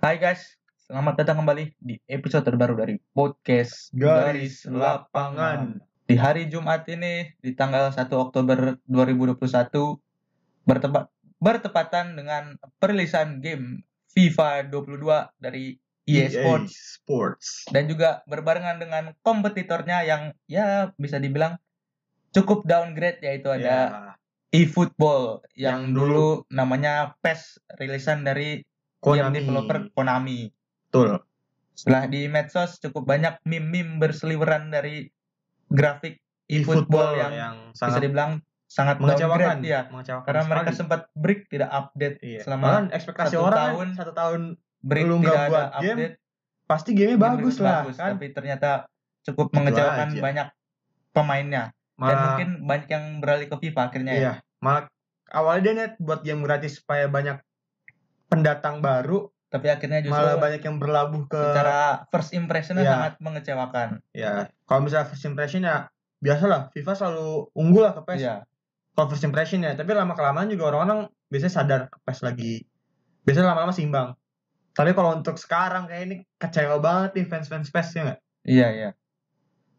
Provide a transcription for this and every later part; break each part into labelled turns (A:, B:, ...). A: Hai guys, selamat datang kembali di episode terbaru dari podcast
B: Garis Lapangan.
A: Di hari Jumat ini, di tanggal 1 Oktober 2021, bertepat, bertepatan dengan perilisan game FIFA 22 dari EA E Sports
B: E Sports.
A: dan juga berbarengan dengan kompetitornya yang ya bisa dibilang cukup downgrade yaitu ada
B: Ya,
A: eFootball yang,
B: Yang
A: dulu namanya PES rilisan dari yang
B: Konami.
A: developer Konami.
B: Betul.
A: Setelah di medsos cukup banyak meme-meme berseliweran dari grafik
B: E-football ya.
A: eFootball yang, bisa
B: sangat
A: dibilang sangat
B: mengecewakan.
A: downgrade ya.
B: Mengecewakan
A: Karena
B: sekali.
A: mereka sempat break tidak update,
B: Iya.
A: selama
B: Bahkan ekspektasi
A: satu
B: orang
A: tahun-
B: satu tahun
A: break
B: Lu nggak
A: tidak ada
B: buat game,
A: update.
B: pasti gamenya
A: game
B: bagus
A: belum
B: lah
A: bagus,
B: kan.
A: Tapi ternyata cukup mengecewakan
B: aja.
A: banyak pemainnya dan
B: Malah-
A: mungkin banyak yang beralih ke FIFA akhirnya ya.
B: iya. Malah awalnya dia niat buat game gratis supaya banyak pendatang baru,
A: Tapi akhirnya justru
B: malah banyak yang berlabuh ke
A: secara first impressionnya
B: Iya.
A: sangat mengecewakan. Iya.
B: ya kalau misalnya first impression ya biasalah FIFA selalu unggul lah ke PES
A: Iya.
B: kalau first impression ya tapi lama kelamaan juga orang-orang biasanya sadar ke PES lagi biasanya lama-lama seimbang tapi kalau untuk sekarang kayak ini kecewa banget nih fans-fans PES ya nggak
A: Iya, iya.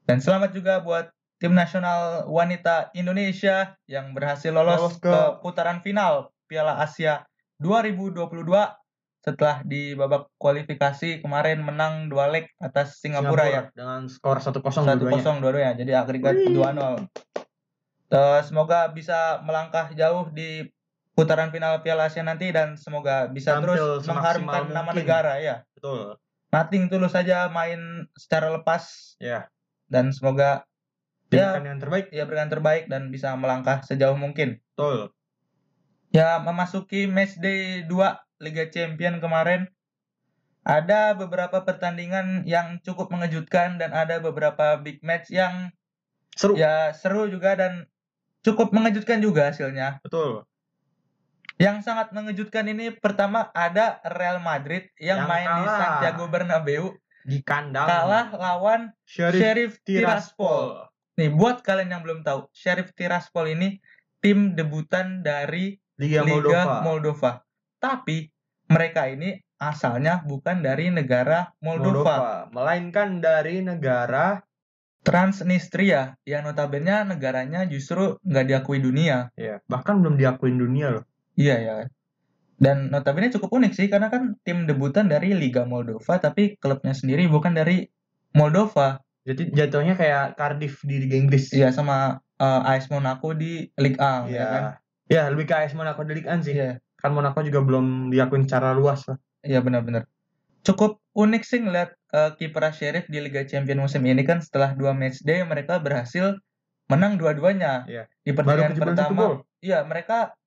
A: Dan selamat juga buat tim nasional wanita Indonesia yang berhasil lolos
B: Lolos
A: ke...
B: ke-
A: putaran final Piala Asia 2022 setelah di babak kualifikasi kemarin menang dua leg atas Singapura, ya
B: dengan skor 1-0
A: satu
B: dua-duanya
A: kosong dua-duanya jadi agregat
B: Wih.
A: 2-0 Eh, semoga bisa melangkah jauh di putaran final Piala Asia nanti dan semoga bisa
B: Tampil
A: terus
B: semaksimal
A: mengharumkan nama
B: mungkin.
A: negara ya
B: betul
A: nothing tulus saja main secara lepas
B: ya kan-
A: dan semoga ya
B: berikan yang terbaik
A: ya berikan terbaik dan bisa melangkah sejauh mungkin
B: betul
A: ya memasuki match day 2 Liga Champion kemarin ada beberapa pertandingan yang cukup mengejutkan dan ada beberapa big match yang
B: seru
A: ya seru juga dan cukup mengejutkan juga hasilnya.
B: betul
A: Yang sangat mengejutkan ini pertama ada Real Madrid yang,
B: Yang
A: main di
B: kalah.
A: Santiago Bernabeu
B: di kandang
A: kalah lawan
B: Sheriff
A: Sheriff Tiraspol.
B: Tiraspol
A: Nih buat kalian yang belum tahu, Sheriff Tiraspol ini tim debutan dari
B: Liga,
A: Liga
B: Moldova
A: Moldova. Tapi mereka ini asalnya bukan dari negara Moldova,
B: melainkan dari negara
A: Transnistria yang notabene negaranya justru nggak diakui dunia.
B: ya bahkan belum diakuin dunia loh
A: Iya ya. Dan notabene cukup unik sih karena kan tim debutan dari Liga Moldova tapi klubnya sendiri bukan dari Moldova.
B: Jadi jatuhnya kayak Cardiff di Liga Inggris.
A: Iya sama eh, AS Monaco di Liga A
B: Iya.
A: ya kan.
B: Ya, lebih ke AS Monaco di Liga 1 sih.
A: Iya.
B: Kan Monaco juga belum diakuin secara luas lah.
A: Iya benar-benar. Cukup unik sih ngeliat eh, kiprah Sheriff di Liga Champion musim ini kan setelah dua matchday mereka berhasil menang dua-duanya.
B: Iya.
A: Di
B: Baru
A: pertandingan pertama, iya mereka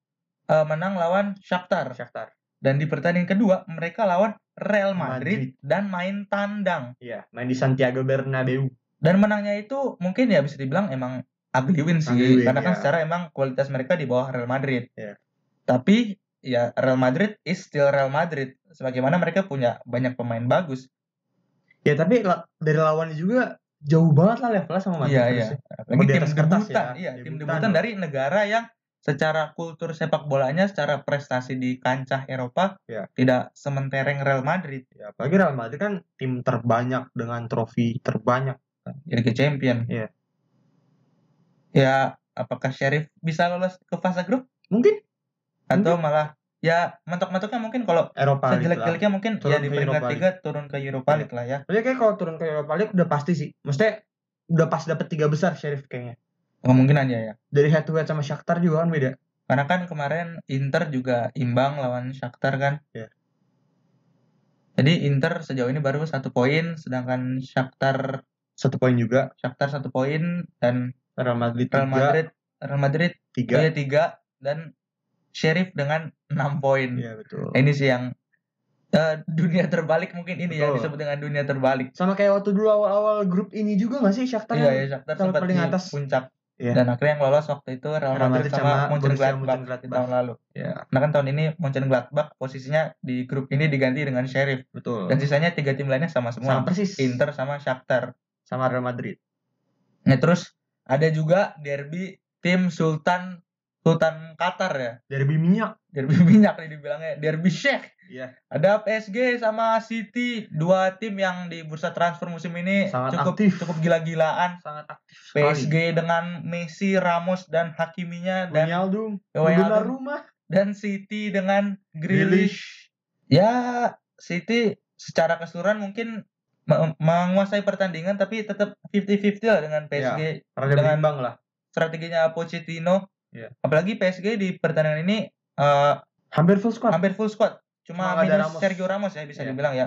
A: eh, menang lawan Shakhtar
B: Shakhtar.
A: dan di pertandingan kedua mereka lawan Real Madrid, dan main tandang
B: Iya, main di Santiago Bernabeu.
A: dan menangnya itu mungkin ya bisa dibilang emang ugly win sih
B: Ugly win,
A: karena kan
B: iya.
A: secara emang kualitas mereka di bawah Real Madrid.
B: Iya.
A: Tapi ya Real Madrid is still Real Madrid sebagaimana mereka punya banyak pemain bagus.
B: Ya, tapi la- dari lawannya juga jauh banget lah levelnya sama Madrid.
A: Iya, iya.
B: harusnya.
A: Lagi
B: Di
A: tim
B: atas
A: debutan,
B: kertas ya,
A: iya, tim
B: debutan
A: debutan
B: loh.
A: dari negara yang secara kultur sepak bolanya, secara prestasi di kancah Eropa
B: Iya.
A: tidak sementereng Real Madrid
B: Ya, apalagi Real Madrid kan tim terbanyak dengan trofi terbanyak.
A: di Liga Champion.
B: Iya.
A: Ya, apakah Sheriff bisa lolos ke fase grup
B: Mungkin
A: atau malah ya mentok-mentoknya mungkin kalau
B: Eropa League lah.
A: sejelek-jeleknya mungkin
B: Turun
A: ya di
B: ke
A: peringkat
B: Europa
A: tiga turun ke Europa
B: Iya.
A: League lah ya.
B: Tapi kayak kalau turun ke Eropa League udah pasti sih. Maksudnya udah pas dapet tiga besar Sheriff kayaknya.
A: Kemungkinan ya ya.
B: Dari head to head sama Shakhtar juga kan beda.
A: Karena kan kemarin Inter juga imbang lawan Shakhtar kan.
B: Iya.
A: Jadi Inter sejauh ini baru satu poin, sedangkan Shakhtar
B: Satu poin juga
A: Shakhtar satu poin dan
B: Real Madrid
A: Real
B: tiga,
A: Madrid iya. Real Madrid
B: tiga.
A: punya tiga dan Sheriff dengan enam poin. Nah,
B: Iya betul.
A: Ini sih yang eh, dunia terbalik mungkin ini ya
B: Betul.
A: disebut dengan dunia terbalik.
B: Sama kayak waktu dulu awal-awal grup ini juga nggak sih Shakhtar?
A: Iya
B: kan?
A: ya Shakhtar
B: kalau
A: sempat
B: paling
A: di
B: atas.
A: puncak
B: Iya.
A: dan akhirnya yang lolos waktu itu Real Madrid,
B: Real Madrid
A: sama
B: sama Borussia
A: Mönchengladbach di
B: Mönchengladbach.
A: tahun lalu.
B: Iya,
A: Nah kan tahun ini Mönchengladbach posisinya di grup ini diganti dengan Sheriff
B: betul.
A: dan sisanya tiga tim lainnya sama semua.
B: sama persis.
A: Inter sama Shakhtar.
B: sama Real Madrid.
A: Nah terus ada juga derby tim Sultan Sultan Qatar ya.
B: Derby minyak.
A: Derby minyak nih dibilangnya, derby Sheikh.
B: Iya.
A: Ada PSG sama City, dua tim yang di bursa transfer musim ini
B: Sangat
A: cukup
B: aktif.
A: cukup gila-gilaan.
B: Sangat aktif sekali.
A: PSG dengan Messi, Ramos dan Hakiminya dan
B: Ronaldo.
A: Wijnaldum.
B: Benar rumah.
A: dan City dengan Grealish. Ya, City secara keseluruhan mungkin me- menguasai pertandingan tapi tetap 50-50 lah dengan PSG.
B: Ya. Rada
A: Dengan-
B: berimbang lah.
A: Strateginya Pochettino.
B: Iya.
A: Apalagi PSG di pertandingan ini eh,
B: Hampir full squad.
A: hampir full squad. Cuma
B: Cuma nggak ada
A: minus
B: Ramos.
A: Sergio Ramos ya bisa
B: Iya.
A: dibilang ya.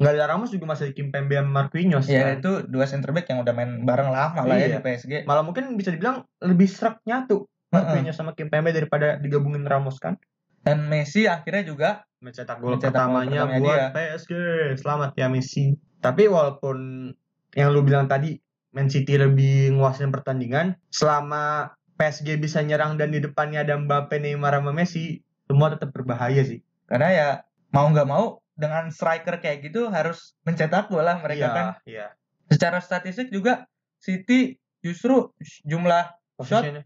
B: Nggak ada Ramos juga masih Kimpembe sama Marquinhos.
A: Ya
B: kan.
A: itu dua center back yang udah main bareng lama lah ya
B: Iya.
A: di PSG.
B: Malah mungkin bisa dibilang lebih serak nyatu. Marquinhos sama Kimpembe daripada digabungin Ramos kan.
A: Dan Messi akhirnya juga
B: mencetak gol
A: Mencetak gol
B: pertamanya
A: pertamanya
B: buat PSG. Selamat ya Messi. Tapi walaupun yang lu bilang tadi Man City lebih nguasain pertandingan, selama PSG bisa nyerang dan di depannya ada Mbappe, Neymar, sama Messi, semua tetap berbahaya sih.
A: karena ya mau nggak mau dengan striker kayak gitu harus mencetak gol lah mereka
B: Iya,
A: kan.
B: Iya.
A: Secara statistik juga City justru jumlah
B: Posisinya,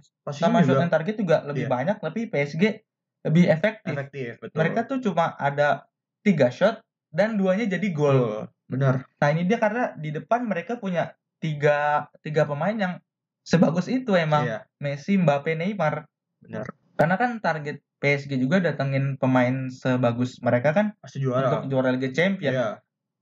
A: sama
B: posisinya
A: shot
B: juga
A: on target juga lebih
B: Iya.
A: banyak tapi PSG lebih efektif.
B: efektif, betul.
A: Mereka tuh cuma ada tiga shot dan duanya jadi gol.
B: Betul, benar.
A: Nah ini dia karena di depan mereka punya tiga tiga pemain yang sebagus itu emang
B: Iya,
A: Messi, Mbappe, Neymar.
B: benar.
A: Karena kan target PSG juga datengin pemain sebagus mereka kan
B: Pasti juara.
A: untuk ya? juara Liga Champions.
B: Iya.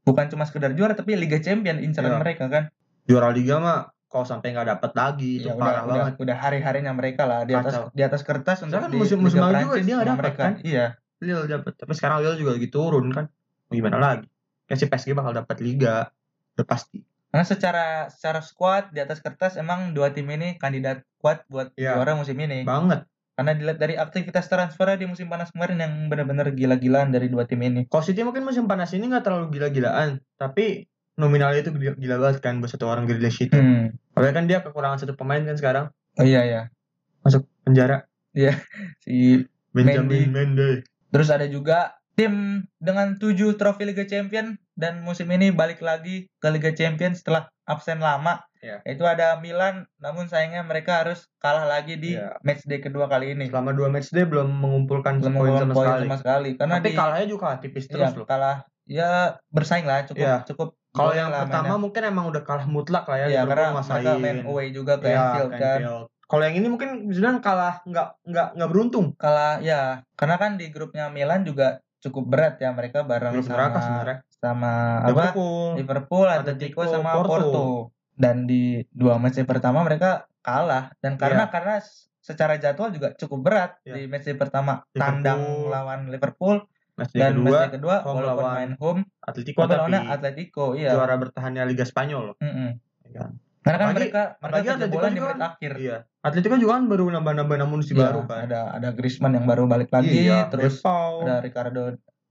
A: Bukan cuma sekedar juara tapi Liga Champions incaran
B: Iya.
A: mereka kan.
B: Juara liga mah kalau sampai nggak dapet lagi
A: Ya,
B: itu
A: udah,
B: parah
A: udah,
B: banget.
A: udah hari-harinya mereka lah di atas
B: Kacau.
A: di atas kertas untuk
B: Soalnya kan
A: di
B: musim-musim
A: Liga
B: lalu juga
A: Prancis
B: dia nggak
A: sama
B: dapat
A: mereka.
B: kan?
A: Iya.
B: Lille dapat, tapi sekarang Lille juga lagi turun kan. Mau Gimana lagi? Kan si PSG bakal dapat liga, udah pasti.
A: Karena secara secara squad di atas kertas emang dua tim ini kandidat kuat buat
B: Iya.
A: juara musim ini.
B: Banget.
A: Karena dilihat dari aktivitas transfernya di musim panas kemarin yang benar-benar gila-gilaan dari dua tim ini.
B: Kalau City mungkin musim panas ini nggak terlalu gila-gilaan, tapi nominalnya itu gila, gila banget kan buat satu orang Grealish itu.
A: Hmm.
B: Padahal kan dia kekurangan satu pemain kan sekarang
A: Oh iya ya.
B: penjara
A: Si Mendy.
B: Benjamin Mendy.
A: terus ada juga tim dengan 7 trofi Liga Champions dan musim ini balik lagi ke Liga Champions setelah absen lama.
B: Iya.
A: Itu ada Milan namun sayangnya mereka harus kalah lagi di
B: Iya.
A: matchday kedua kali ini.
B: Selama dua match dia belum mengumpulkan
A: belum
B: poin
A: mengulang
B: sama
A: poin
B: sekali.
A: sama sekali karena
B: Tapi
A: di
B: kalahnya juga tipis
A: iya,
B: terus loh.
A: kalah ya bersaing lah cukup
B: Iya.
A: cukup
B: Kalau
A: boleh
B: yang
A: lah
B: pertama
A: mainnya.
B: mungkin emang udah kalah mutlak lah ya.
A: Iya,
B: Liverpool
A: karena
B: nguasain.
A: mereka main away juga ke
B: Iya,
A: Anfield
B: ke
A: kan
B: Anfield. Kalau yang ini mungkin sebenarnya kalah nggak nggak nggak beruntung.
A: kalah ya karena kan di grupnya Milan juga cukup berat ya mereka bareng
B: Grup
A: sama
B: neraka sebenarnya.
A: sama apa
B: Liverpool.
A: Liverpool,
B: Atletico,
A: Atletico sama Porto.
B: Porto.
A: Dan di dua match yang pertama mereka kalah dan karena karena s- secara jadwal juga cukup berat
B: Iya.
A: di match yang pertama
B: Liverpool.
A: tandang lawan Liverpool
B: Match
A: dan
B: kedua,
A: match yang kedua
B: home
A: walaupun
B: lawan
A: main home
B: Atletico
A: tapi
B: tapi
A: lawannya Atletico iya.
B: juara bertahannya Liga Spanyol loh.
A: Mm-mm.
B: Iya.
A: Karena kan
B: Apalagi-
A: mereka mereka
B: apalagi Atletico
A: kejebolan di
B: juga
A: menit
B: kan-
A: akhir.
B: Iya. Atletico juga kan baru nambah-nambah namun si
A: Iya,
B: baru kan.
A: Ada ada Griezmann yang baru balik lagi,
B: Iya,
A: terus
B: De Paul,
A: ada Ricardo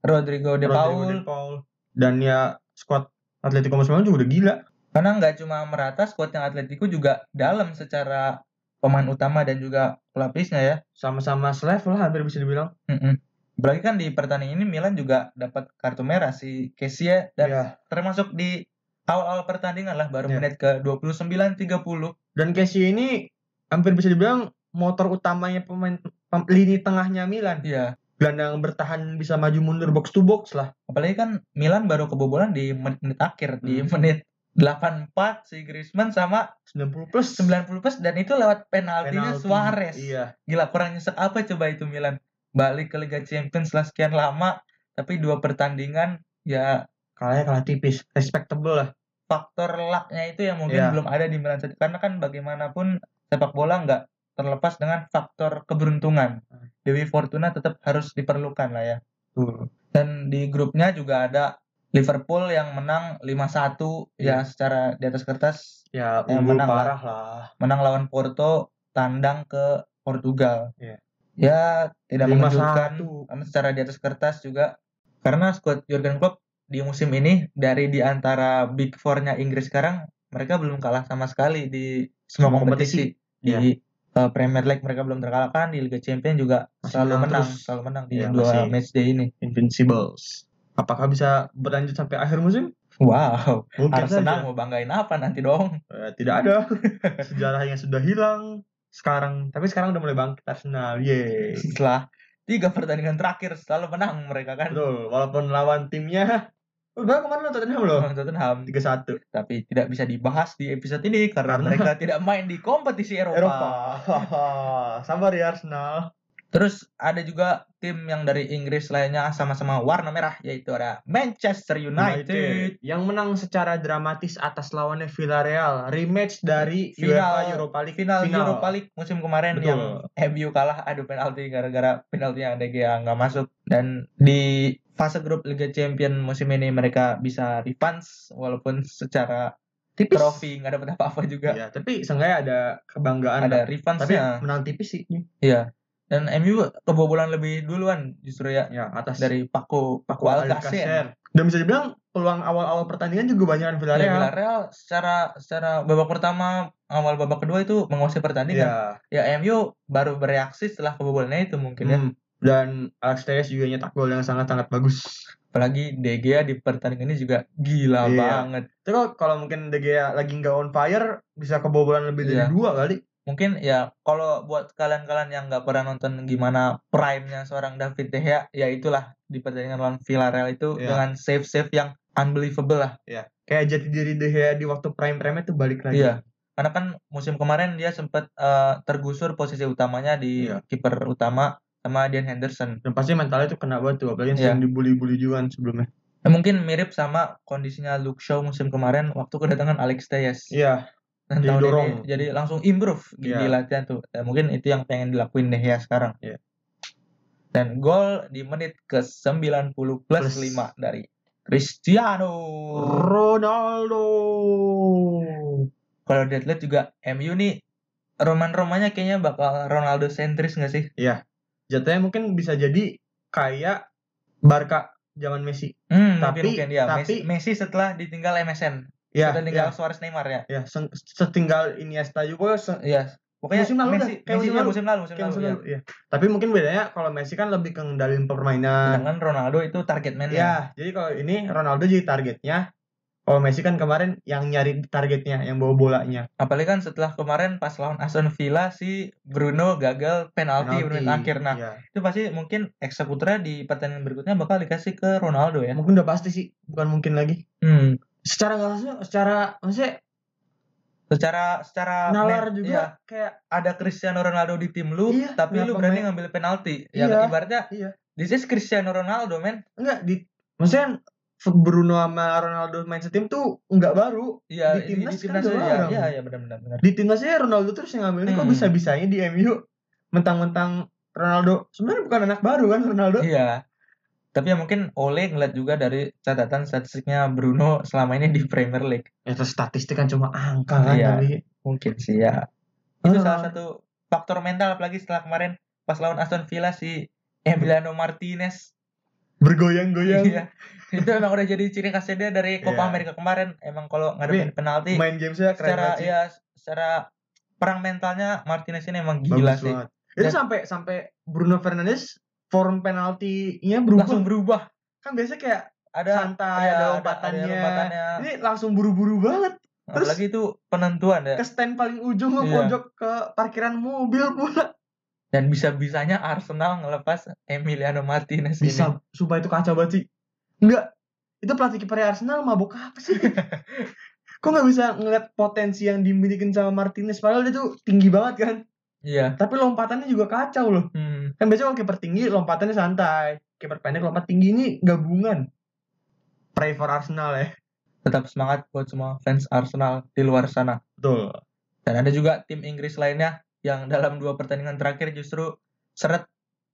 A: Rodrigo De
B: Rodrigo
A: Paul.
B: De Paul. Dan ya squad Atletico Madrid juga udah gila.
A: Karena nggak cuma merata, squad yang Atletico juga dalam secara pemain utama dan juga pelapisnya ya.
B: Sama-sama selevel lah hampir bisa dibilang.
A: Mm-mm. Apalagi kan di pertandingan ini Milan juga dapat kartu merah si Kessie dan
B: Iya.
A: termasuk di awal-awal pertandingan lah baru
B: Iya.
A: menit ke 29 30.
B: Dan Casey ini hampir bisa dibilang motor utamanya pemain pem- lini tengahnya Milan.
A: Iya.
B: Gelandang bertahan bisa maju mundur box to box lah.
A: Apalagi kan Milan baru kebobolan di menit akhir di
B: Hmm.
A: menit 84 si Griezmann sama
B: 90 plus
A: 90 plus dan itu lewat penaltinya
B: Penalti.
A: Suarez.
B: Iya.
A: Gila kurang nyesek apa coba itu Milan. Balik ke Liga Champions setelah sekian lama tapi dua pertandingan ya
B: Kalahnya kalah tipis, respectable lah.
A: faktor lucknya itu yang mungkin
B: Iya.
A: belum ada di Milan saat- karena kan bagaimanapun sepak bola nggak terlepas dengan faktor keberuntungan
B: Hmm.
A: Dewi Fortuna tetap harus diperlukan lah ya
B: Tuh.
A: dan di grupnya juga ada Liverpool yang menang 5-1 ya
B: Iya.
A: secara di atas kertas
B: Ya,
A: Yang
B: unggul
A: menang lah.
B: parah lah.
A: menang lawan Porto tandang ke Portugal
B: Iya.
A: ya tidak mengejutkan
B: 5-1.
A: karena secara di atas kertas juga karena squad Jurgen Klopp di musim ini dari di antara big four-nya Inggris sekarang mereka belum kalah sama sekali di semua
B: Semua
A: kompetisi, di
B: Iya.
A: uh, Premier League mereka belum terkalahkan di Liga Champions juga
B: Masih
A: selalu
B: menang
A: menang,
B: terus.
A: selalu menang di
B: Iya,
A: dua
B: masih.
A: matchday ini
B: Invincibles. Apakah bisa berlanjut sampai akhir musim?
A: wow
B: Mungkin
A: Arsenal
B: saja. ya?
A: mau banggain apa nanti dong
B: Eh, tidak ada. Sejarah yang sudah hilang. sekarang. Tapi sekarang udah mulai bangkit Arsenal. Yeay.
A: Setelah tiga pertandingan terakhir selalu menang mereka kan
B: Betul, walaupun lawan timnya udah kemarin lo Tottenham loh.
A: lawan Tottenham
B: 3-1
A: tapi tidak bisa dibahas di episode ini karena,
B: Karena-
A: mereka tidak main di kompetisi Eropa.
B: Eropa. Sabar ya Arsenal.
A: Terus ada juga tim yang dari Inggris lainnya sama-sama warna merah yaitu ada Manchester United.
B: yang menang secara dramatis atas lawannya Villarreal, rematch dari
A: Final-
B: UEFA Europa League
A: Final, Europa League musim kemarin
B: Betul.
A: yang MU kalah adu penalti gara-gara penaltinya De Gea nggak masuk dan di fase grup Liga Champions musim ini mereka bisa refunds walaupun secara
B: Tipis.
A: trofi nggak dapat apa-apa juga.
B: Iya, tapi seenggaknya ada kebanggaan.
A: Ada
B: tapi ya.
A: refundsnya.
B: menang tipis sih. ini.
A: Iya. Dan MU kebobolan lebih duluan justru ya
B: Ya, atas
A: dari Paku Paku
B: ya.
A: Alcacer.
B: Alcacer. Dan bisa dibilang peluang awal-awal pertandingan juga
A: Ya,
B: banyakan Villarreal.
A: Villarreal secara secara babak pertama awal babak kedua itu menguasai
B: Iya.
A: pertandingan. Ya MU baru bereaksi setelah kebobolannya itu mungkin ya.
B: Hmm. Dan Alex Teres juga nyetak gol yang sangat-sangat bagus.
A: Apalagi De Gea di pertandingan ini juga gila
B: Iya.
A: banget.
B: Terus kalau mungkin De Gea lagi nggak on fire, bisa kebobolan lebih dari
A: Iya.
B: dua kali.
A: Mungkin ya kalau buat kalian-kalian yang nggak pernah nonton gimana prime-nya seorang David De Gea, ya itulah di pertandingan lawan Villarreal itu
B: Iya.
A: dengan save-save yang unbelievable lah.
B: Kayak jati diri De Gea di waktu prime-prime itu balik lagi.
A: Iya. Karena kan musim kemarin dia sempat eh, tergusur posisi utamanya di
B: Iya.
A: kiper utama sama Dean Henderson.
B: Dan pasti mentalnya itu kena banget tuh, apalagi yang
A: Iya.
B: sering dibully-bully juga kan sebelumnya.
A: Nah, Mungkin mirip sama kondisinya Luke Shaw musim kemarin waktu kedatangan Alex Tejas.
B: Iya,
A: Dan
B: jadi
A: tahun
B: dorong.
A: ini jadi langsung improve di- di
B: Iya.
A: latihan tuh. Ya, mungkin itu yang pengen dilakuin deh ya sekarang.
B: Iya.
A: Dan gol di menit ke 90 plus,
B: Plus.
A: 5 dari Cristiano.
B: Ronaldo.
A: Kalau deadlift juga MU nih roman-romanya kayaknya bakal Ronaldo sentris nggak sih?
B: Jatuhnya mungkin bisa jadi kayak Barca zaman Messi.
A: Hmm,
B: Tapi-
A: tapi mungkin ya
B: tapi-
A: Messi, Messi setelah ditinggal MSN,
B: Ya,
A: setelah ditinggal
B: ya,
A: Suarez Neymar ya.
B: ya, seng- setinggal Iniesta juga se-
A: Iya. Pokoknya
B: Musim lalu
A: Messi,
B: dah, kayak
A: Messi
B: musim
A: ya,
B: lalu.
A: musim lalu, musim
B: kayak
A: lalu,
B: musim
A: ya.
B: lalu, iya. Tapi mungkin bedanya kalau Messi kan lebih ke ngendalin permainan.
A: Sedangkan Ronaldo itu target man
B: Nah. Ya, jadi kalau ini Ronaldo jadi targetnya. Kalau Messi kan kemarin yang nyari targetnya, yang bawa bolanya.
A: Apalagi kan setelah kemarin pas lawan Aston Villa si Bruno gagal penalti, di menit akhir. Nah,
B: Iya.
A: itu pasti mungkin eksekutornya di pertandingan berikutnya bakal dikasih ke Ronaldo ya.
B: mungkin udah pasti sih, bukan mungkin lagi.
A: Hmm.
B: Secara nggak langsung, secara maksudnya
A: Secara secara
B: nalar
A: men-
B: juga
A: ya,
B: kayak
A: ada Cristiano Ronaldo di tim lu,
B: Iya,
A: tapi lu
B: kenapa
A: berani
B: main-
A: ngambil penalti.
B: Iya,
A: Ya ibaratnya
B: iya.
A: This is Cristiano Ronaldo, men.
B: enggak di maksudnya Bruno sama Ronaldo main setim tuh nggak baru.
A: Iya,
B: Di timnas kan
A: timnas
B: dua
A: ya.
B: orang.
A: Iya, iya benar-benar. benar.
B: Di timnasnya Ronaldo terus yang ngambil ini kok
A: Hmm.
B: bisa-bisanya di MU mentang-mentang Ronaldo sebenarnya bukan anak baru kan Ronaldo.
A: Iya. Tapi ya mungkin Ole ngeliat juga dari catatan statistiknya Bruno selama ini di Premier League.
B: Ya terus statistik kan cuma angka kan
A: Iya.
B: tapi
A: Mungkin sih ya. Itu
B: Ah.
A: salah satu faktor mental apalagi setelah kemarin pas lawan Aston Villa si Emiliano Martinez.
B: bergoyang-goyang.
A: Iya. Itu emang udah jadi ciri khasnya dia dari Copa
B: Iya.
A: America kemarin. Emang kalau ngadepin penalti
B: main game saya keren
A: secara
B: banget sih.
A: ya secara perang mentalnya Martinez ini emang
B: Bagus
A: gila sih.
B: banget. Itu
A: Dan-
B: sampai sampai Bruno Fernandes form penaltinya berubah.
A: Langsung berubah.
B: Kan biasanya kayak
A: Ada ya,
B: santai ada
A: ada-
B: lompatannya.
A: ada lompatannya.
B: Ini langsung buru-buru banget Terus-
A: apalagi itu penentuan ya.
B: ke stand paling ujung ke
A: Iya.
B: pojok ke parkiran mobil pula.
A: dan bisa-bisanya Arsenal ngelepas Emiliano Martinez ini.
B: Bisa supaya itu kacau banget sih. Enggak. Itu pelatih kipernya Arsenal mabok apa sih? Kok nggak bisa ngeliat potensi yang dimilikin sama Martinez padahal dia tuh tinggi banget kan.
A: Iya.
B: Tapi lompatannya juga kacau loh.
A: Hmm.
B: Kan biasanya kalau kiper tinggi lompatannya santai. Kiper pendek lompat tinggi ini gabungan. Pray for Arsenal ya.
A: Tetap semangat buat semua fans Arsenal di luar sana.
B: Betul.
A: Dan ada juga tim Inggris lainnya yang dalam dua pertandingan terakhir justru seret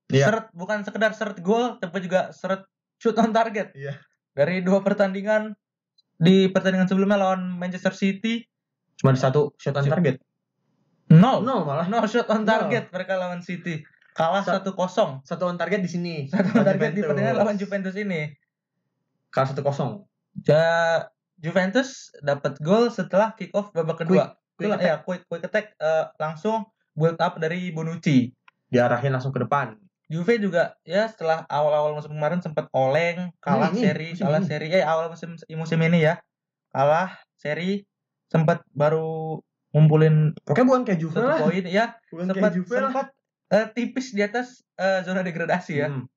B: Iya.
A: seret bukan sekedar seret gol tapi juga seret shoot on target.
B: Iya.
A: Dari dua pertandingan di pertandingan sebelumnya lawan Manchester City
B: Cuma ada satu shot on
A: Shoot.
B: target.
A: nol
B: Nol malah.
A: nol shoot on
B: Nol.
A: target mereka lawan City kalah
B: Sa-
A: 1-0
B: Satu on target di sini.
A: satu on target di
B: Juventus.
A: pertandingan lawan Juventus ini
B: Kalah satu kosong.
A: Ja, Juventus dapat gol setelah kick off babak kedua.
B: Quick
A: Quick,
B: attack.
A: ya, quick, quick attack eh, langsung build up dari Bonucci.
B: Diarahin langsung ke depan.
A: Juve juga ya setelah awal-awal musim kemarin sempat oleng, kalah
B: Ini, ini,
A: seri,
B: Hmm, musim
A: kalah
B: ini.
A: seri eh awal musim musim ini ya. Kalah seri sempat baru ngumpulin
B: Oke bukan kayak Juve
A: satu
B: lah.
A: poin ya
B: Bukan
A: sempat-
B: kayak Juve lah.
A: sempat, eh, tipis di atas eh, zona degradasi ya
B: Hmm.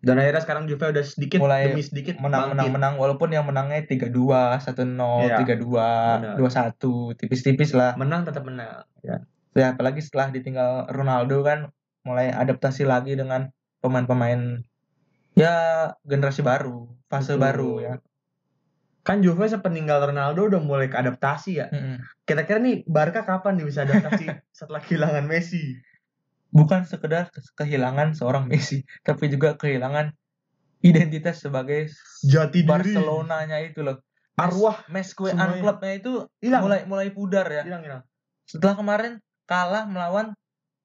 B: Dan akhirnya sekarang Juve udah sedikit
A: Mulai
B: demi sedikit
A: menang menang menang walaupun yang menangnya 3-2 1-0
B: Iya,
A: 3-2 2-1 tipis-tipis lah
B: menang tetap menang. Ya.
A: ya apalagi setelah ditinggal Ronaldo kan mulai adaptasi lagi dengan pemain-pemain ya generasi baru fase
B: Betul.
A: baru ya
B: Hmm. Kan Juve sepeninggal Ronaldo udah mulai ke adaptasi ya.
A: Mm-mm.
B: Kira-kira nih Barca kapan nih bisa adaptasi setelah kehilangan Messi?
A: bukan sekedar ke- kehilangan seorang Messi tapi juga kehilangan identitas sebagai
B: Jati diri.
A: Barcelonanya itu loh
B: Arwah
A: Mesque
B: semuanya.
A: klubnya itu
B: hilang.
A: mulai mulai pudar ya
B: hilang hilang.
A: setelah kemarin kalah melawan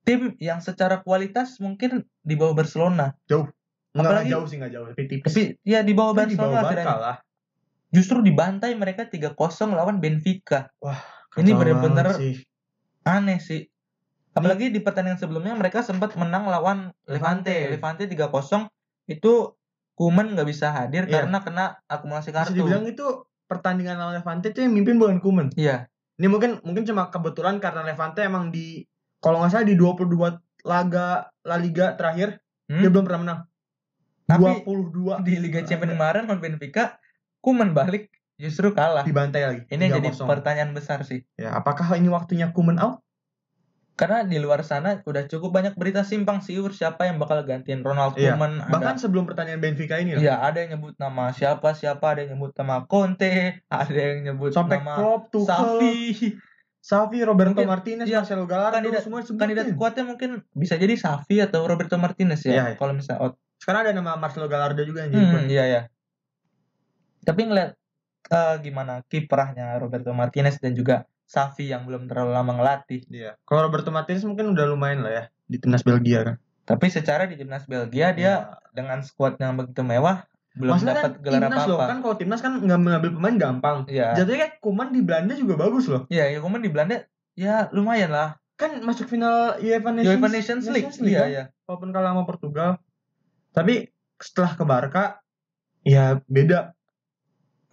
A: tim yang secara kualitas mungkin di bawah Barcelona
B: Enggak
A: Apalagi-
B: jauh sih enggak jauh, tapi tipis.
A: tapi ya di bawah
B: Tapi Kan di
A: Barcelona
B: bawah
A: akhirnya.
B: Barca lah.
A: justru dibantai mereka 3-0 lawan Benfica Ini
B: Kacau
A: bener-bener
B: banget sih.
A: aneh sih apalagi di pertandingan sebelumnya mereka sempat menang lawan Levante Levante 3-0 itu Kuman nggak bisa hadir
B: Iya.
A: karena kena akumulasi
B: bisa
A: kartu
B: dibilang itu pertandingan lawan Levante itu yang mimpin bukan Kuman.
A: iya
B: Ini mungkin mungkin cuma kebetulan karena Levante emang di kalau nggak salah di 22 laga La Liga terakhir
A: Hmm.
B: dia belum pernah menang.
A: tapi
B: 22
A: di Liga Champions kemarin lawan Benfica Kuman balik justru kalah
B: dibantai lagi.
A: ini yang jadi
B: 3-0.
A: pertanyaan besar sih
B: ya, apakah ini waktunya Kuman out?
A: karena di luar sana udah cukup banyak berita simpang siur siapa yang bakal gantiin Ronald
B: Iya.
A: Koeman
B: Bahkan sebelum pertandingan Benfica
A: ada
B: ini loh.
A: ya ada yang nyebut nama siapa siapa ada yang nyebut nama Conte ada yang nyebut
B: Sampai
A: nama
B: Klopp, Tuchel, Safi,
A: Safi
B: Roberto
A: Mungkin-
B: Martinez,
A: iya.
B: Marcelo Gallardo,
A: Kandidat-
B: semua disebutin.
A: kandidat kuatnya mungkin bisa jadi Safi atau Roberto Martinez
B: Iya,
A: ya
B: iya.
A: kalau misalnya out
B: Sekarang ada nama Marcelo Gallardo juga nih.
A: hmm, iya ya tapi ngeliat eh, gimana kiprahnya Roberto Martinez dan juga Safi yang belum terlalu lama ngelatih
B: Iya. Kalau Roberto Martinez mungkin udah lumayan lah ya di timnas Belgia kan.
A: tapi secara di timnas Belgia dia dengan skuad yang begitu mewah belum
B: Iya. Maksudnya
A: dapat
B: kan
A: gelar
B: timnas
A: apa
B: loh
A: apa
B: kan kalau timnas kan nggak mengambil pemain gampang.
A: Iya.
B: Jatuhnya kayak Kuman di Belanda juga bagus loh.
A: Ya, ya Komen di Belanda ya lumayan lah.
B: Kan masuk final UEFA Nations,
A: UEFA Nations League. Iya,
B: kan?
A: ya.
B: Walaupun kalah sama Portugal. Tapi setelah ke Barca ya beda.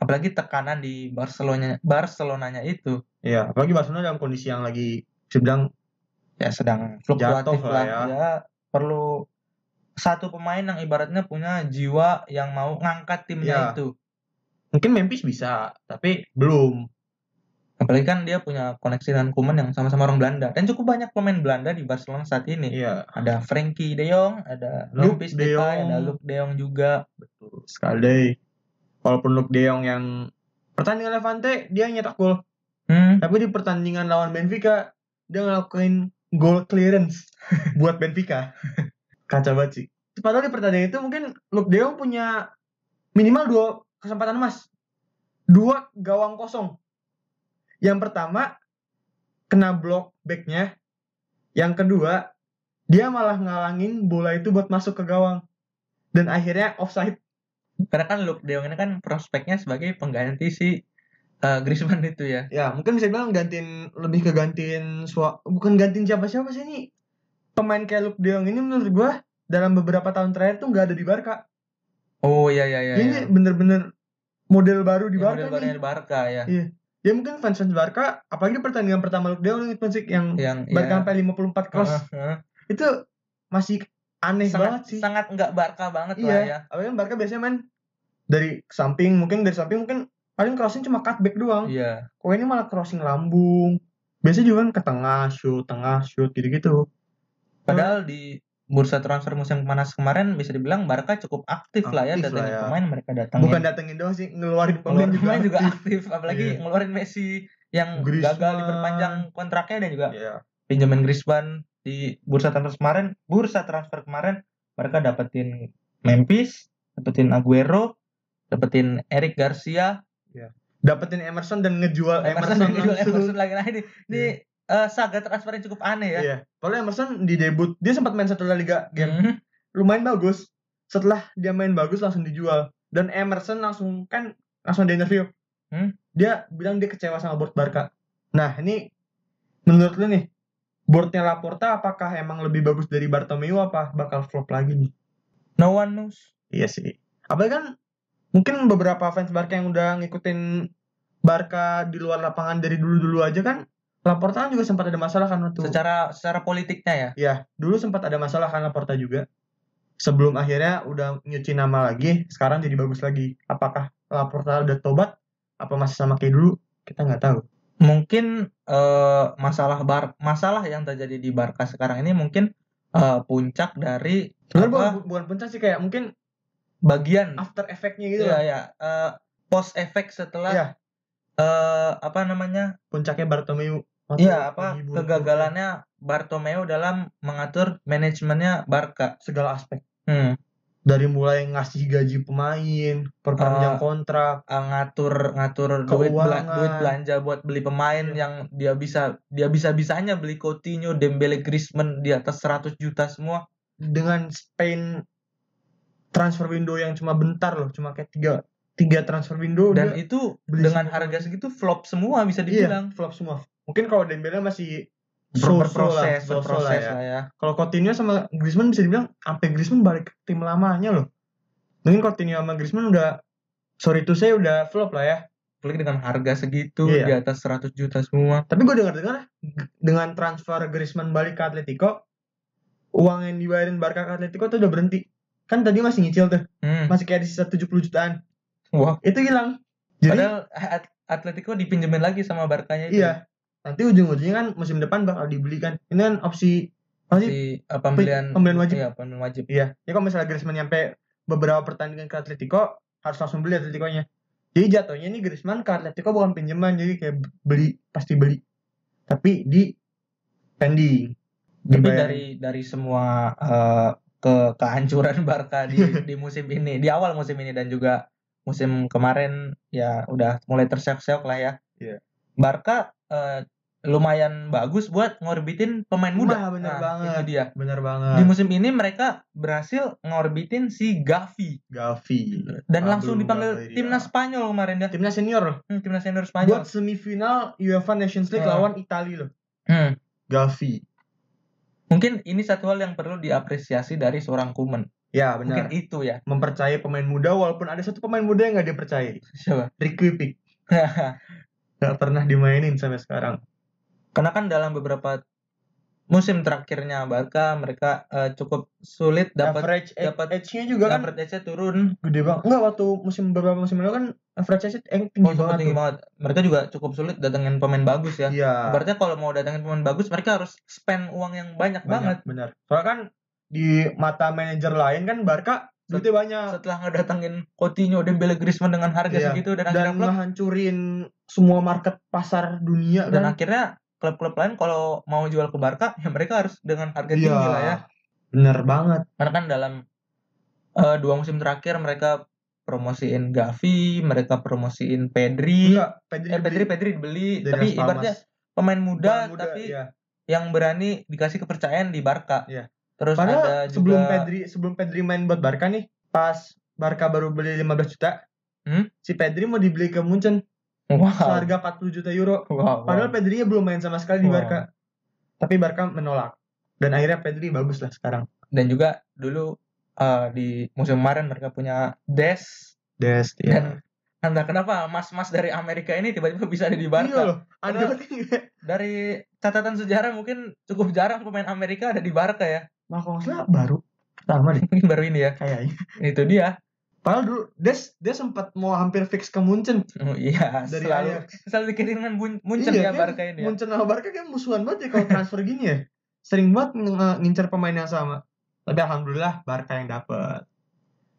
A: Apalagi tekanan di Barcelona Barcelonanya itu
B: Iya, apalagi Barcelona dalam kondisi yang lagi sedang
A: ya sedang fluktuatif
B: Jatuh lah
A: lah ya. Perlu satu pemain yang ibaratnya punya jiwa yang mau ngangkat timnya
B: Iya.
A: itu.
B: mungkin Memphis bisa, tapi belum.
A: Apalagi kan dia punya koneksi dengan Kuman yang sama-sama orang Belanda. Dan cukup banyak pemain Belanda di Barcelona saat ini.
B: Iya,
A: Ada Frankie De Jong, ada
B: Luke
A: Memphis
B: De
A: Depay,
B: Jong.
A: ada Luke De Jong juga.
B: betul sekali. Walaupun Luke De Jong yang pertandingan Levante dia nyetak gol
A: Hmm,
B: Tapi di pertandingan lawan Benfica dia ngelakuin goal clearance buat Benfica. Kacau banget sih. Padahal di pertandingan itu mungkin Luke De Jong punya minimal dua kesempatan emas. Dua gawang kosong. Yang pertama kena blok backnya. Yang kedua dia malah ngalangin bola itu buat masuk ke gawang. Dan akhirnya offside.
A: karena kan Luke De Jong ini kan prospeknya sebagai pengganti si eh, Griezmann itu ya.
B: ya mungkin bisa bilang gantiin lebih ke gantiin sua bukan gantiin siapa siapa sih ini pemain kayak Luke De Jong ini menurut gua dalam beberapa tahun terakhir tuh nggak ada di Barca
A: Oh iya iya iya.
B: Jadi
A: iya.
B: ini bener-bener model baru di
A: Yang
B: Barca
A: model
B: nih
A: barunya di Barca ya.
B: ya mungkin fans fans Barca apalagi pertandingan pertama Luke De Jong itu sih yang
A: Yang ya.
B: Barca sampai 54 cross
A: Iya, Heeh.
B: itu masih aneh
A: sangat
B: banget sih
A: sangat enggak Barca banget
B: Iya.
A: lah ya.
B: apalagi kan Barca biasanya main dari samping mungkin dari samping mungkin paling crossing cuma cutback doang
A: Iya.
B: Kok Oh, ini malah crossing lambung. Biasanya juga kan ke tengah, shoot, tengah, shoot gitu-gitu.
A: Padahal di bursa transfer musim panas kemarin bisa dibilang Barca cukup aktif, lah ya
B: Aktif
A: datangin
B: lah ya.
A: pemain mereka datangin.
B: Bukan datengin doang sih, ngeluarin pemain
A: Oh, Ngeluarin
B: juga.
A: pemain juga
B: aktif.
A: aktif, apalagi
B: Iya.
A: ngeluarin Messi yang gagal
B: Griezmann.
A: diperpanjang kontraknya dan juga
B: Iya.
A: pinjaman Griezmann di bursa transfer kemarin, bursa transfer kemarin mereka dapetin Memphis, dapetin Aguero, dapetin Eric Garcia,
B: Dapetin Emerson dan ngejual
A: Emerson
B: Emerson,
A: dan Emerson,
B: langsung.
A: Emerson lagi nah ini ini eh, saga transfer yang cukup aneh ya.
B: Iya. Padahal Emerson di debut, dia sempat main satu La liga game.
A: Hmm.
B: Lumayan bagus. Setelah dia main bagus langsung dijual. Dan Emerson langsung kan langsung di interview.
A: Hmm.
B: Dia bilang dia kecewa sama board Barca. Nah, ini menurut lu nih, boardnya Laporta apakah emang lebih bagus dari Bartomeu apa bakal flop lagi nih?
A: No one knows.
B: Iya sih. Apalagi kan mungkin beberapa fans Barca yang udah ngikutin Barca di luar lapangan dari dulu-dulu aja kan Laporta kan juga sempat ada masalah kan waktu
A: Secara secara politiknya ya.
B: Ya, dulu sempat ada masalah kan Laporta juga. Sebelum akhirnya udah nyuci nama lagi, sekarang jadi bagus lagi. Apakah Laporta udah tobat? Apa masih sama kayak dulu? Kita nggak tahu.
A: Mungkin eh, masalah bar masalah yang terjadi di Barca sekarang ini mungkin eh, puncak dari
B: Sebenarnya
A: apa,
B: bukan, bukan puncak sih kayak mungkin
A: bagian
B: after effect-nya gitu
A: Iya
B: lah.
A: ya. Eh, post efek setelah
B: Iya.
A: eh, apa namanya?
B: Puncaknya Bartomeu. waktu
A: Iya apa
B: lagi buruk.
A: kegagalannya Bartomeu dalam mengatur manajemennya Barca.
B: segala aspek.
A: Hmm,
B: Dari mulai ngasih gaji pemain, perpanjang
A: Ah.
B: kontrak,
A: eh, ngatur ngatur duit bela-
B: Keuangan.
A: duit belanja buat beli pemain
B: Iya.
A: yang dia bisa dia bisa bisanya beli Coutinho, Dembele, Griezmann di atas 100 juta semua.
B: dengan Spain transfer window yang cuma bentar loh, cuma kayak tiga tiga transfer window
A: Dan
B: udah
A: itu
B: beli
A: dengan
B: semua
A: harga segitu flop semua bisa
B: Iya,
A: dibilang.
B: flop semua. Mungkin kalau Dembele masih
A: Ber-
B: so-so
A: berproses,
B: lah, so-so
A: berproses
B: lah ya.
A: lah ya.
B: Kalau Coutinho sama Griezmann bisa dibilang sampai Griezmann balik ke tim lamanya loh. Mungkin Coutinho sama Griezmann udah sorry to say udah flop lah ya.
A: Apalagi dengan harga segitu
B: Iya.
A: di atas 100 juta semua.
B: Tapi gue dengar-dengar ya, dengan transfer Griezmann balik ke Atletico, uang yang dibayarin Barca ke Atletico tuh udah berhenti. Kan tadi masih nyicil tuh,
A: Hmm.
B: masih kayak ada sisa 70 jutaan.
A: Wah,
B: Itu hilang. Jadi
A: Padahal At- Atletico dipinjemin lagi sama Barkanya itu.
B: iya. Nanti ujung-ujungnya kan musim depan bakal dibeli kan. Ini kan opsi masih
A: Si eh, pembelian
B: Pembelian wajib.
A: Iya, pembelian wajib.
B: Iya, ya kalau misalnya Griezmann nyampe beberapa pertandingan ke Atletico harus langsung beli Atletico-nya. Jadi jatuhnya ini Griezmann ke Atletico bukan pinjaman, jadi kayak beli pasti beli. Tapi di pending.
A: Tapi
B: Dibayar.
A: dari dari semua eh, ke kehancuran Barca di di musim ini, di awal musim ini dan juga musim kemarin ya udah mulai terseok-seok lah ya.
B: Iya.
A: Barca eh, lumayan bagus buat ngorbitin pemain muda. Nah,
B: Wah, bener
A: Itu
B: banget. Nah.
A: dia.
B: Bener
A: Di
B: banget.
A: musim ini mereka berhasil ngorbitin si Gavi
B: Gavi.
A: dan
B: Pablo
A: langsung dipanggil
B: Gavi,
A: timnas
B: ya.
A: Spanyol kemarin ya.
B: Timnas senior loh. Iya.
A: Hmm, timnas senior Spanyol.
B: Buat semifinal UEFA Nations League
A: Ah.
B: lawan Italia loh.
A: Hmm.
B: Gavi.
A: Mungkin ini satu hal yang perlu diapresiasi dari seorang Kuman.
B: Ya
A: Mungkin
B: benar.
A: itu ya.
B: Mempercayai pemain muda walaupun ada satu pemain muda yang nggak dipercayai.
A: Coba.
B: Ricky Pick. Gak pernah dimainin sampai sekarang.
A: Karena kan dalam beberapa musim terakhirnya Barca mereka eh, cukup sulit dapat
B: average age-
A: dapat-
B: age-nya juga kan
A: dapat edge turun
B: gede banget. Enggak waktu musim beberapa musim lalu kan average age eh, tinggi
A: oh, cukup
B: banget.
A: tinggi
B: tuh.
A: banget. Mereka juga cukup sulit datengin pemain bagus ya.
B: Iya.
A: Berarti kalau mau datengin pemain bagus mereka harus spend uang yang banyak, banget.
B: Benar. Soalnya kan di mata manajer lain kan Barca duitnya banyak
A: Setelah ngedatengin Coutinho Dembele Griezmann dengan harga
B: Iya.
A: segitu dan, akhirnya
B: dan
A: klub
B: menghancurin semua market pasar dunia
A: dan
B: kan.
A: akhirnya klub-klub lain kalau mau jual ke Barca ya mereka harus dengan harga
B: Iya.
A: tinggi lah ya.
B: Bener banget.
A: karena kan dalam eh, dua musim terakhir mereka promosiin Gavi, mereka promosiin Pedri.
B: Enggak, Iya, Pedri,
A: Eh, Pedri Pedri dibeli,
B: dari
A: tapi
B: Las Palmas.
A: ibaratnya pemain muda,
B: Pemain
A: tapi
B: iya.
A: yang berani dikasih kepercayaan di Barca.
B: Iya.
A: Terus
B: Padahal
A: ada juga
B: sebelum Pedri sebelum Pedri main buat Barca nih, pas Barca baru beli 15 juta,
A: Hmm?
B: si Pedri mau dibeli ke Munchen
A: wow.
B: seharga 40 juta euro.
A: Wow, wow.
B: gitu. Padahal Pedri-nya belum main sama sekali di
A: Wow.
B: Barca. Tapi Barca menolak. Dan akhirnya Pedri bagus lah sekarang.
A: dan juga dulu eh, di musim kemarin mereka punya Des iya.
B: Des,
A: dan entah kenapa mas-mas dari Amerika ini tiba-tiba bisa ada di
B: Iya
A: Barca.
B: loh. Aneh banget ini.
A: Dari catatan sejarah mungkin cukup jarang pemain Amerika ada di Barca ya.
B: Nah, kalau nggak salah baru pertama deh
A: Mungkin baru ini ya.
B: kayaknya.
A: Itu dia.
B: Padahal dulu Des dia sempat mau hampir fix ke Munchen
A: Oh iya,
B: dari
A: selalu
B: Ajax.
A: selalu dikirimin bun- muncul ya
B: Iya,
A: Barca ini ya.
B: Munchen sama Barca kan musuhan banget ya kalau transfer gini ya. Sering banget nge- ngincer pemain yang sama. Tapi alhamdulillah Barca yang dapet.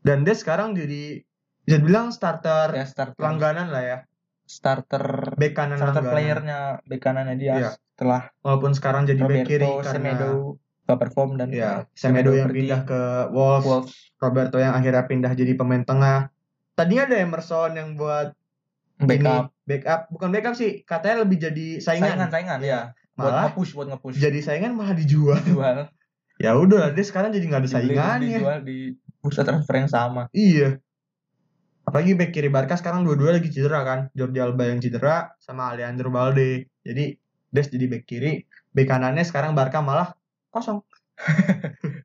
B: Dan Des sekarang jadi bisa dibilang starter
A: Ya, starter
B: langganan lah ya.
A: starter
B: Bek kanan
A: starter
B: langganan.
A: playernya bek kanannya dia
B: kan. Iya.
A: setelah
B: walaupun sekarang jadi back kiri
A: Roberto
B: karena
A: Semedo gak perform dan
B: ya
A: Semedo
B: Semedo yang
A: pergi.
B: pindah ke Wolves,
A: Wolves
B: Roberto yang akhirnya pindah jadi pemain tengah. Tadinya ada Emerson yang buat
A: backup
B: ini, backup, bukan backup sih, katanya lebih jadi
A: saingan
B: saingan.
A: saingan
B: Iya.
A: ya buat
B: Malah
A: nge-push buat nge-push
B: jadi saingan malah dijual.
A: jual
B: Ya udah, dia sekarang jadi nggak ada
A: dibeli dan
B: saingannya.
A: dijual di bursa transfer yang sama
B: Iya. Apalagi back kiri Barca sekarang dua-dua lagi cedera kan. Jordi Alba yang cedera sama Alejandro Balde. Jadi Des jadi back kiri, back kanannya sekarang Barca malah kosong.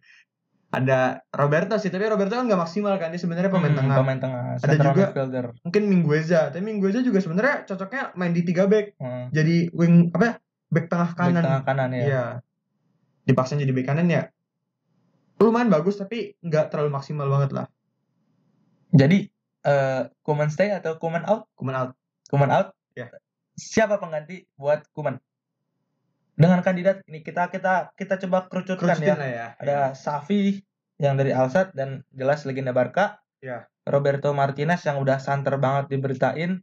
B: Ada Roberto sih, tapi Roberto kan nggak maksimal kan. Dia sebenarnya pemain
A: Hmm,
B: tengah.
A: pemain tengah
B: Ada
A: central
B: juga-
A: midfielder
B: Mungkin Mingueza, tapi Mingueza juga sebenarnya cocoknya main di tiga back.
A: Hmm.
B: Jadi wing apa ya? back tengah kanan.
A: Back tengah kanan ya.
B: Iya. Dipaksain jadi bek kanan ya. Lumayan bagus tapi nggak terlalu maksimal banget lah.
A: Jadi eh Kuman stay atau Kuman out?
B: Kuman out.
A: Kuman out.
B: Ya.
A: Siapa pengganti buat Kuman? Dengan kandidat ini kita kita kita coba kerucutkan ya.
B: Kerucutin lah ya.
A: Ada Safi yang dari Alsat dan jelas legenda Barca.
B: Ya.
A: Roberto Martinez yang udah santer banget diberitain.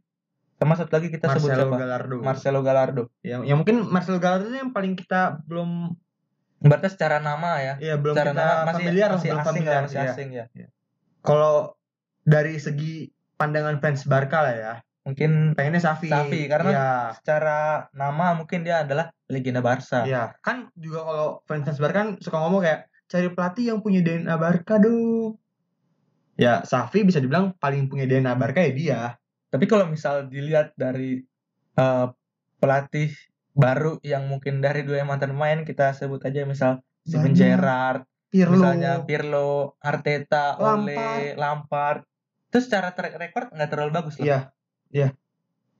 A: Sama satu lagi kita sebut
B: Marcelo
A: siapa?
B: Gallardo.
A: Marcelo Gallardo.
B: Ya, yang mungkin Marcelo Gallardo ini yang paling kita belum
A: Berarti secara nama ya.
B: ya belum
A: secara
B: kita
A: nama masih
B: familiar lah,
A: masih
B: belum
A: asing
B: familiar,
A: ya, masih
B: iya.
A: asing ya.
B: Kalau dari segi pandangan fans Barca lah ya,
A: Mungkin
B: pengennya Safi.
A: Xavi, karena-
B: Iya,
A: secara nama mungkin dia adalah legenda Barca.
B: iya. Kan juga kalau fans fans Barca kan suka ngomong kayak cari pelatih yang punya DNA Barca dong. Ya, Safi bisa dibilang paling punya DNA Barca ya dia.
A: Tapi kalau misal dilihat dari eh, pelatih baru yang mungkin dari dua yang mantan pemain kita sebut aja misal Steven
B: Banyak.
A: Gerrard,
B: Pirlo.
A: misalnya Pirlo, Arteta, Ole,
B: Lampard.
A: Lampard. Itu secara track record nggak terlalu bagus lah.
B: Iya. Iya.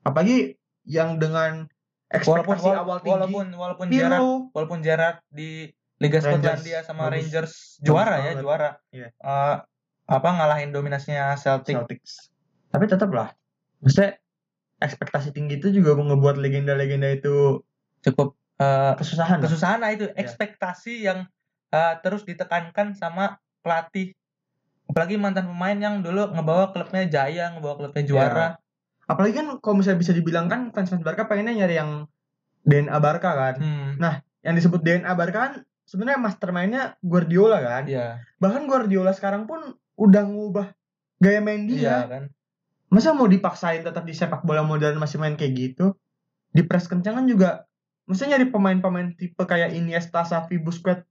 B: Apalagi yang dengan
A: Walaupun
B: ekspektasi
A: wala-
B: awal tinggi.
A: walaupun walaupun
B: Pirlo.
A: Gerrard walaupun Gerrard di Liga
B: Rangers,
A: Skotlandia sama
B: bagus.
A: Rangers juara ya
B: banget.
A: juara
B: Iya.
A: Eh, apa ngalahin dominasinya Celtic
B: Celtics. Tapi tetap lah. Maksudnya ekspektasi tinggi itu juga ngebuat legenda-legenda itu
A: cukup eh,
B: kesusahan. lah.
A: kesusahan nah itu
B: Iya.
A: ekspektasi yang eh, terus ditekankan sama pelatih apalagi mantan pemain yang dulu ngebawa klubnya jaya ngebawa klubnya
B: Iya.
A: juara
B: Apalagi kan kalau misalnya bisa dibilang kan fans fans Barca pengennya nyari yang DNA Barca kan.
A: hmm
B: Yang disebut DNA Barca kan sebenarnya mastermindnya Guardiola kan.
A: iya
B: Bahkan Guardiola sekarang pun udah ngubah gaya main
A: iya
B: dia.
A: kan
B: Masa mau dipaksain tetap di sepak bola modern masih main kayak gitu? Di press kencangan juga maksudnya nyari pemain-pemain tipe kayak Iniesta, Xavi, Busquets,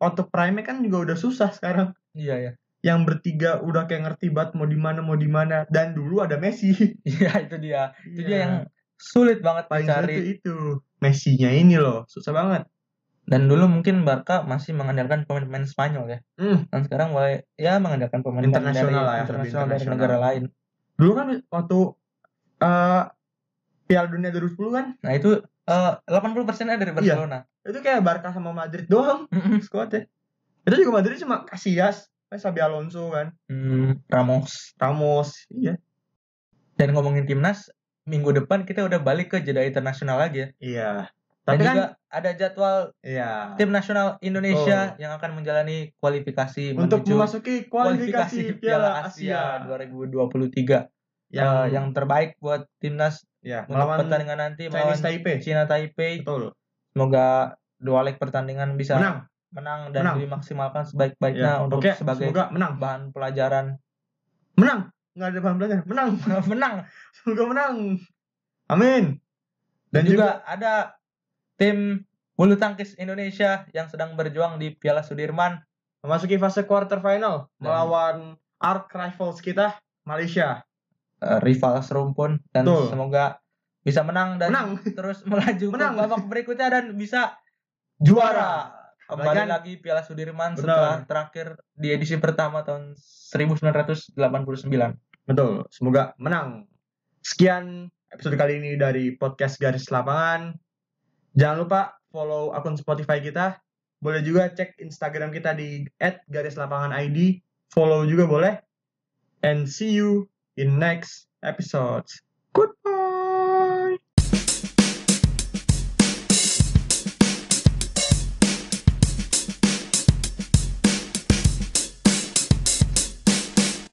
B: Otto Prime kan juga udah susah sekarang.
A: iya ya
B: yang bertiga udah kayak ngerti banget mau di mana mau di mana dan dulu ada Messi
A: iya itu dia itu dia
B: Iya.
A: yang sulit banget
B: paling
A: dicari
B: satu itu Messinya ini loh susah banget
A: dan dulu mungkin Barca masih mengandalkan pemain-pemain Spanyol ya
B: Hmm.
A: dan sekarang mulai ya mengandalkan pemain
B: Internasional lah ya, lebih
A: internasional dari
B: internasional.
A: negara lain
B: dulu kan waktu eh Piala Dunia 2010 kan
A: nah itu eh, 80 persennya
B: Iya.
A: dari Barcelona
B: itu kayak Barca sama Madrid doang
A: Mm-mm.
B: skuadnya itu juga Madrid cuma Casillas Sabi Alonso kan
A: Hmm, Ramos
B: Ramos iya
A: Dan ngomongin timnas, minggu depan kita udah balik ke jeda internasional lagi ya.
B: iya
A: Dan
B: tapi kan
A: juga ada jadwal
B: iya
A: tim nasional Indonesia yang akan menjalani kualifikasi
B: Oh. untuk
A: menuju
B: memasuki kualifikasi, Piala Asia,
A: 2023.
B: yang,
A: Eh, yang terbaik buat timnas
B: ya,
A: untuk
B: melawan
A: pertandingan nanti melawan
B: Chinese Taipei
A: Cina Taipei.
B: betul
A: Semoga dua leg pertandingan bisa menang,
B: menang
A: dan
B: Menang.
A: dimaksimalkan sebaik-baiknya
B: Ya,
A: Nah, untuk
B: oke,
A: sebagai
B: semoga menang
A: bahan pelajaran.
B: menang nggak ada bahan belajar menang
A: Menang.
B: semoga menang amin
A: Dan juga, ada tim bulu tangkis Indonesia yang sedang berjuang di Piala Sudirman
B: memasuki fase quarter final
A: Dan-
B: melawan arch rivals kita Malaysia
A: eh, rival serumpun dan
B: Betul.
A: semoga bisa menang dan
B: menang
A: terus melaju
B: Menang.
A: ke babak berikutnya dan bisa
B: juara
A: juara kembali
B: Apalagi kan-
A: lagi Piala Sudirman
B: Benar.
A: setelah terakhir di edisi pertama tahun 1989.
B: betul semoga menang sekian episode kali ini dari podcast garis lapangan jangan lupa follow akun Spotify kita boleh juga cek Instagram kita di @garislapanganid follow juga boleh and see you in next episode